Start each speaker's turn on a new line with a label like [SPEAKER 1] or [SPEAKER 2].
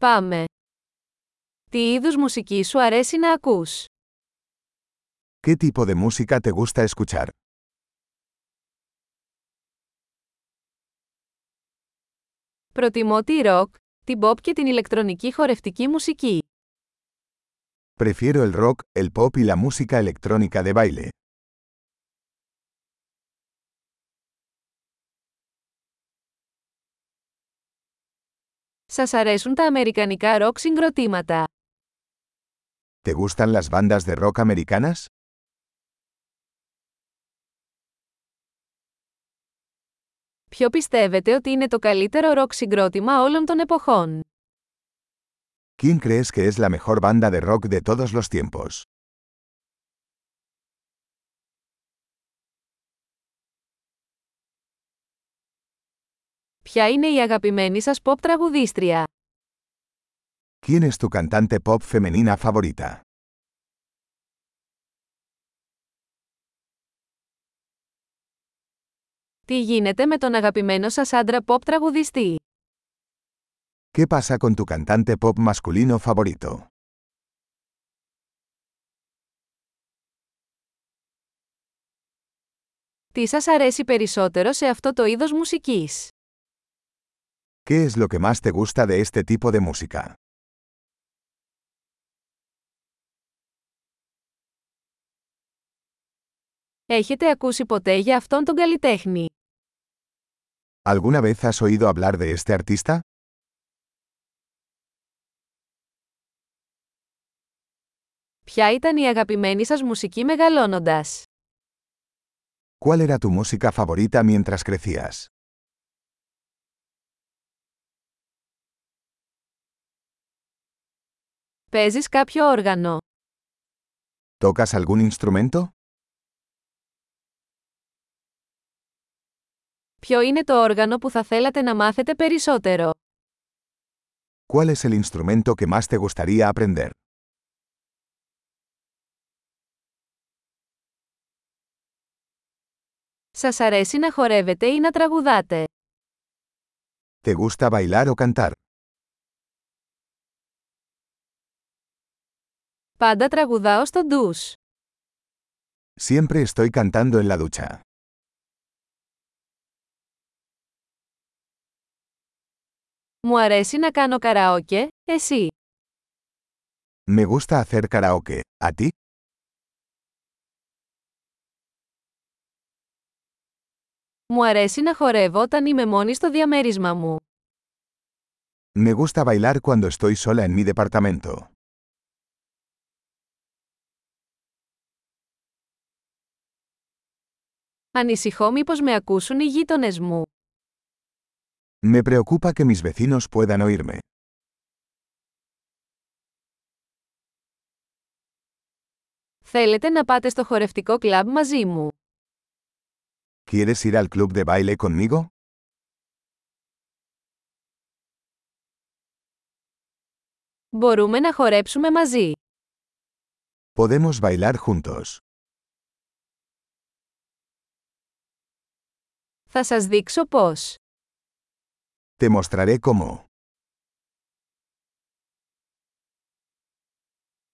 [SPEAKER 1] Πάμε. Τι είδους μουσική σου αρέσει να ακούς?
[SPEAKER 2] ¿Qué tipo de música te gusta escuchar?
[SPEAKER 1] Προτιμώ τη ροκ, την pop και την ηλεκτρονική χορευτική μουσική.
[SPEAKER 2] Prefiero el rock, el pop y la música electrónica de baile.
[SPEAKER 1] Σας αρέσουν τα αμερικανικά ροκ συγκροτήματα.
[SPEAKER 2] ¿Te gustan las bandas de rock americanas?
[SPEAKER 1] Ποιο πιστεύετε ότι είναι το καλύτερο ροκ συγκρότημα όλων των εποχών?
[SPEAKER 2] ¿Quién crees que es la mejor banda de rock de todos los tiempos?
[SPEAKER 1] Ποια είναι η αγαπημένη σας pop τραγουδίστρια?
[SPEAKER 2] ¿Quién es tu cantante pop femenina favorita?
[SPEAKER 1] Τι γίνεται με τον αγαπημένο σας άντρα pop τραγουδιστή?
[SPEAKER 2] ¿Qué pasa con tu cantante pop masculino favorito?
[SPEAKER 1] Τι σας αρέσει περισσότερο σε αυτό το είδος μουσικής?
[SPEAKER 2] ¿Qué es lo que más te gusta de este tipo de música?
[SPEAKER 1] Έχετε ακούσει ποτέ για αυτόν τον καλλιτέχνη.
[SPEAKER 2] ¿Alguna vez has oído hablar de este artista?
[SPEAKER 1] Ποια ήταν η αγαπημένη σας μουσική μεγαλώνοντας.
[SPEAKER 2] ¿Cuál era tu música favorita mientras crecías?
[SPEAKER 1] Παίζεις κάποιο όργανο.
[SPEAKER 2] ¿Tocas algún instrumento?
[SPEAKER 1] Ποιο είναι το όργανο που θα θέλατε να μάθετε περισσότερο.
[SPEAKER 2] ¿Cuál es el instrumento que más te gustaría aprender?
[SPEAKER 1] Σας αρέσει να χορεύετε ή να τραγουδάτε.
[SPEAKER 2] ¿Te gusta bailar o cantar?
[SPEAKER 1] Πάντα τραγουδάω στο ντους.
[SPEAKER 2] Siempre estoy cantando en la ducha.
[SPEAKER 1] Μου αρέσει να κάνω καραόκε, εσύ.
[SPEAKER 2] Me gusta hacer karaoke. ¿A ti?
[SPEAKER 1] Μου αρέσει να χορεύω όταν είμαι μόνη στο διαμέρισμα μου.
[SPEAKER 2] Me gusta bailar cuando estoy sola en mi departamento.
[SPEAKER 1] Ανησυχώ μήπως με ακούσουν οι γείτονες μου.
[SPEAKER 2] Me preocupa que mis vecinos puedan oírme.
[SPEAKER 1] Θέλετε να πάτε στο χορευτικό κλαμπ μαζί μου.
[SPEAKER 2] ¿Quieres ir al club de baile conmigo?
[SPEAKER 1] Μπορούμε να χορέψουμε μαζί.
[SPEAKER 2] Podemos bailar juntos.
[SPEAKER 1] Θα σας δείξω πώς.
[SPEAKER 2] Te mostraré cómo.